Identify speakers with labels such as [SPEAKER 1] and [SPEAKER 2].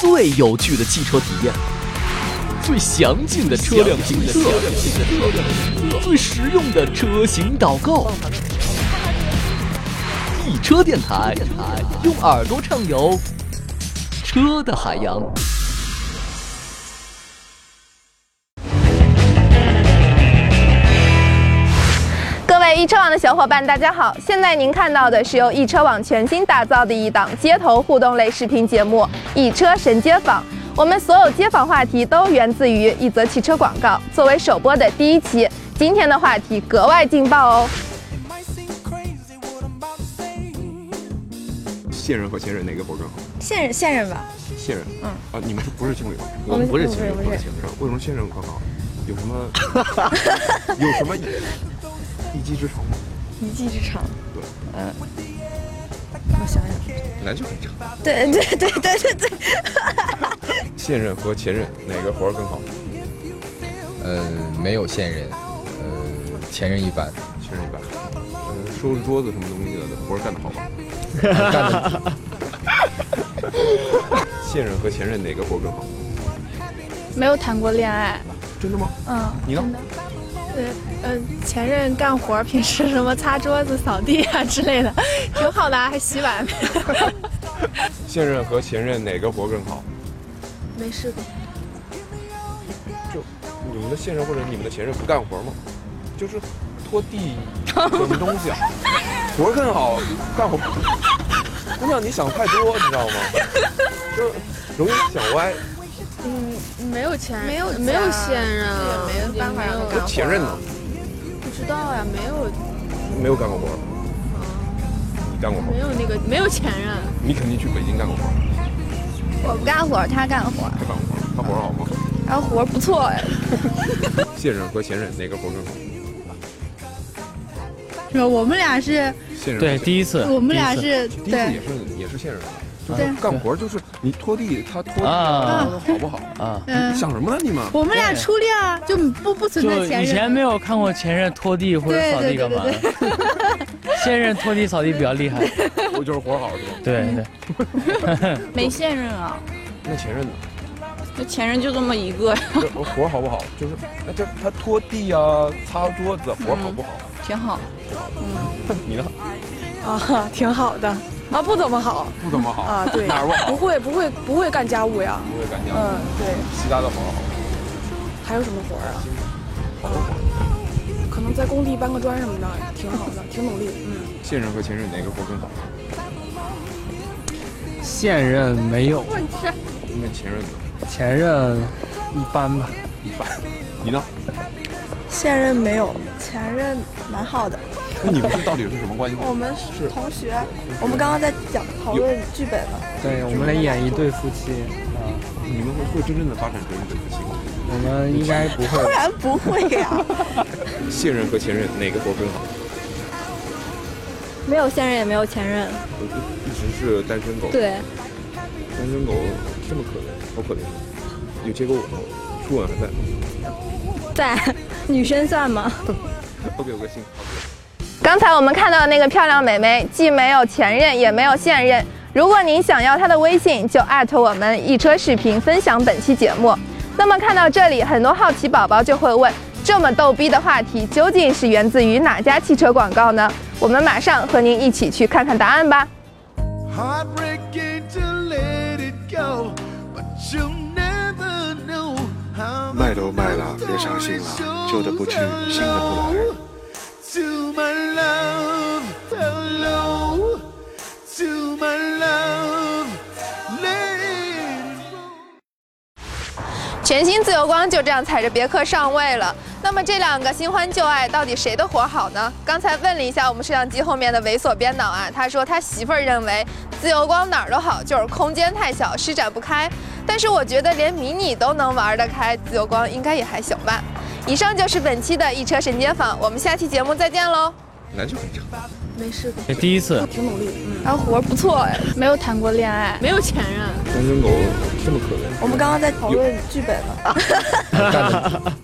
[SPEAKER 1] 最有趣的汽车体验，最详尽的车辆评测，最实用的车型导购。汽车电台，用耳朵畅游车的海洋。
[SPEAKER 2] 各位易车网的小伙伴，大家好！现在您看到的是由易车网全新打造的一档街头互动类视频节目《易车神街访》。我们所有街访话题都源自于一则汽车广告，作为首播的第一期。今天的话题格外劲爆哦！
[SPEAKER 3] 现任和前任哪个活更好？
[SPEAKER 4] 现任现任吧，
[SPEAKER 3] 现任，嗯啊，你们是不是情侣？
[SPEAKER 1] 我们不是情侣，
[SPEAKER 4] 我
[SPEAKER 1] 不
[SPEAKER 4] 们不是
[SPEAKER 1] 是情侣。
[SPEAKER 3] 为什么现任更好？有什么有什么一技之长吗？
[SPEAKER 4] 一技之长。嗯
[SPEAKER 3] 对，
[SPEAKER 4] 我想想，
[SPEAKER 3] 篮球很长。
[SPEAKER 4] 对对对对对 对，
[SPEAKER 3] 现任和前任哪个活更好？
[SPEAKER 5] 呃，没有现任，呃，前任一般，
[SPEAKER 3] 前任一般。呃，收拾桌子什么东西的活干得好吗？
[SPEAKER 5] 干的
[SPEAKER 3] 现任和前任哪个活更好？
[SPEAKER 6] 没有谈过恋爱，
[SPEAKER 3] 真的吗？
[SPEAKER 6] 嗯，
[SPEAKER 3] 你呢？
[SPEAKER 6] 呃呃，前任干活，平时什么擦桌子、扫地啊之类的，挺好的、啊，还洗碗。
[SPEAKER 3] 现任和前任哪个活更好？
[SPEAKER 6] 没试过，
[SPEAKER 3] 就你们的现任或者你们的前任不干活吗？就是拖地什么东西 啊？活更好，干活。 姑娘，你想太多，你知道吗？就容易想歪。
[SPEAKER 6] 没有前任，
[SPEAKER 7] 没有
[SPEAKER 6] 没有
[SPEAKER 7] 家
[SPEAKER 6] 现任啊，
[SPEAKER 7] 也没有办法让他干
[SPEAKER 6] 有
[SPEAKER 7] 活
[SPEAKER 3] 前任呢？
[SPEAKER 6] 不知道呀、没有
[SPEAKER 3] 没有干过活。你干过活
[SPEAKER 6] 没？有那个没有啊前任，
[SPEAKER 3] 你肯定去北京干过活。
[SPEAKER 4] 我不干活，他干活，
[SPEAKER 3] 他干过活，他活好吗？
[SPEAKER 4] 然后活不错哎。
[SPEAKER 3] 现任和前任哪个活更好？
[SPEAKER 8] 是吧？我们俩是，
[SPEAKER 3] 现任和前
[SPEAKER 9] 对，
[SPEAKER 3] 任
[SPEAKER 9] 第一次，
[SPEAKER 8] 我们俩
[SPEAKER 9] 第一次
[SPEAKER 8] 是
[SPEAKER 3] 第一次
[SPEAKER 8] 对
[SPEAKER 3] 也，是也是现任的，就
[SPEAKER 8] 对
[SPEAKER 3] 是干活就是你拖地，他拖地，
[SPEAKER 9] 啊
[SPEAKER 3] 好不好？
[SPEAKER 9] 啊，
[SPEAKER 8] 嗯，
[SPEAKER 3] 想什么呢你们？
[SPEAKER 8] 我们俩初恋啊，就不不存
[SPEAKER 9] 就
[SPEAKER 8] 在前
[SPEAKER 9] 以前没
[SPEAKER 8] 任。
[SPEAKER 9] 有看过前任拖地或者扫地干嘛的，现任拖地扫地比较厉害，
[SPEAKER 3] 我就是活好是吗？
[SPEAKER 9] 对对。
[SPEAKER 7] 没现任啊，
[SPEAKER 3] 那前任呢？
[SPEAKER 7] 就前任就这么一个，
[SPEAKER 3] 这活好不好？就是，那这他拖地啊，擦桌子，活好不好？
[SPEAKER 7] 嗯挺好。
[SPEAKER 3] 你呢？
[SPEAKER 10] 啊，挺好的啊，不怎么好
[SPEAKER 3] 不怎么好
[SPEAKER 10] 啊，对，
[SPEAKER 3] 哪儿不
[SPEAKER 10] 不
[SPEAKER 3] 好？
[SPEAKER 10] 会不会不会干家务呀，
[SPEAKER 3] 不会干净。
[SPEAKER 10] 嗯，对，
[SPEAKER 3] 其他的活好，
[SPEAKER 10] 还有什么活儿啊？
[SPEAKER 3] 好不好？
[SPEAKER 10] 可能在工地搬个砖什么的，挺好的，挺努力，嗯，
[SPEAKER 3] 现任和前任哪个活更好？
[SPEAKER 9] 现任没有，
[SPEAKER 3] 那前任呢？
[SPEAKER 9] 前任一般吧。
[SPEAKER 3] 一般。你呢？
[SPEAKER 4] 现任没有，前任蛮好的。
[SPEAKER 3] 那你们这到底是什么关系？
[SPEAKER 4] 我们
[SPEAKER 3] 是
[SPEAKER 4] 是同学，我们刚刚在讲讨论剧本呢。
[SPEAKER 9] 对，我们来演一对夫妻，
[SPEAKER 3] 你们会会真正的发展成一对夫妻吗？
[SPEAKER 9] 我们应该不
[SPEAKER 4] 当
[SPEAKER 9] 会。
[SPEAKER 4] 然不会呀、
[SPEAKER 3] 现任和前任哪个活更好？
[SPEAKER 4] 没有现任也没有前任。
[SPEAKER 3] 我一直是单身狗。
[SPEAKER 4] 对，
[SPEAKER 3] 单身狗这么可怜，好可怜。有接过吻吗？初吻还在。
[SPEAKER 4] 在，女生算吗？
[SPEAKER 3] OK，有个信。
[SPEAKER 2] 刚才我们看到的那个漂亮美眉，既没有前任，也没有现任。如果您想要她的微信，就艾特我们一车视频分享本期节目。那么看到这里，很多好奇宝宝就会问：这么逗逼的话题，究竟是源自于哪家汽车广告呢？我们马上和您一起去看看答案吧。
[SPEAKER 11] 卖都卖了，别伤心了，旧的不去，新的不来。
[SPEAKER 2] 全新自由光就这样踩着别克上位了。那么这两个新欢旧爱到底谁的活好呢？刚才问了一下我们摄像机后面的猥琐编导啊，他说他媳妇儿认为自由光哪儿都好，就是空间太小，施展不开。但是我觉得连迷你都能玩得开，自由光应该也还行吧。以上就是本期的一车神街坊，我们下期节目再见喽。
[SPEAKER 3] 篮球很长。
[SPEAKER 6] 没试过，
[SPEAKER 9] 第一次，
[SPEAKER 10] 挺努力，嗯，
[SPEAKER 4] 然后活不错哎。
[SPEAKER 6] 没有谈过恋爱，没有前任。
[SPEAKER 3] 单身狗这么可怜。
[SPEAKER 4] 我们刚刚在讨论剧本呢。
[SPEAKER 5] 干的。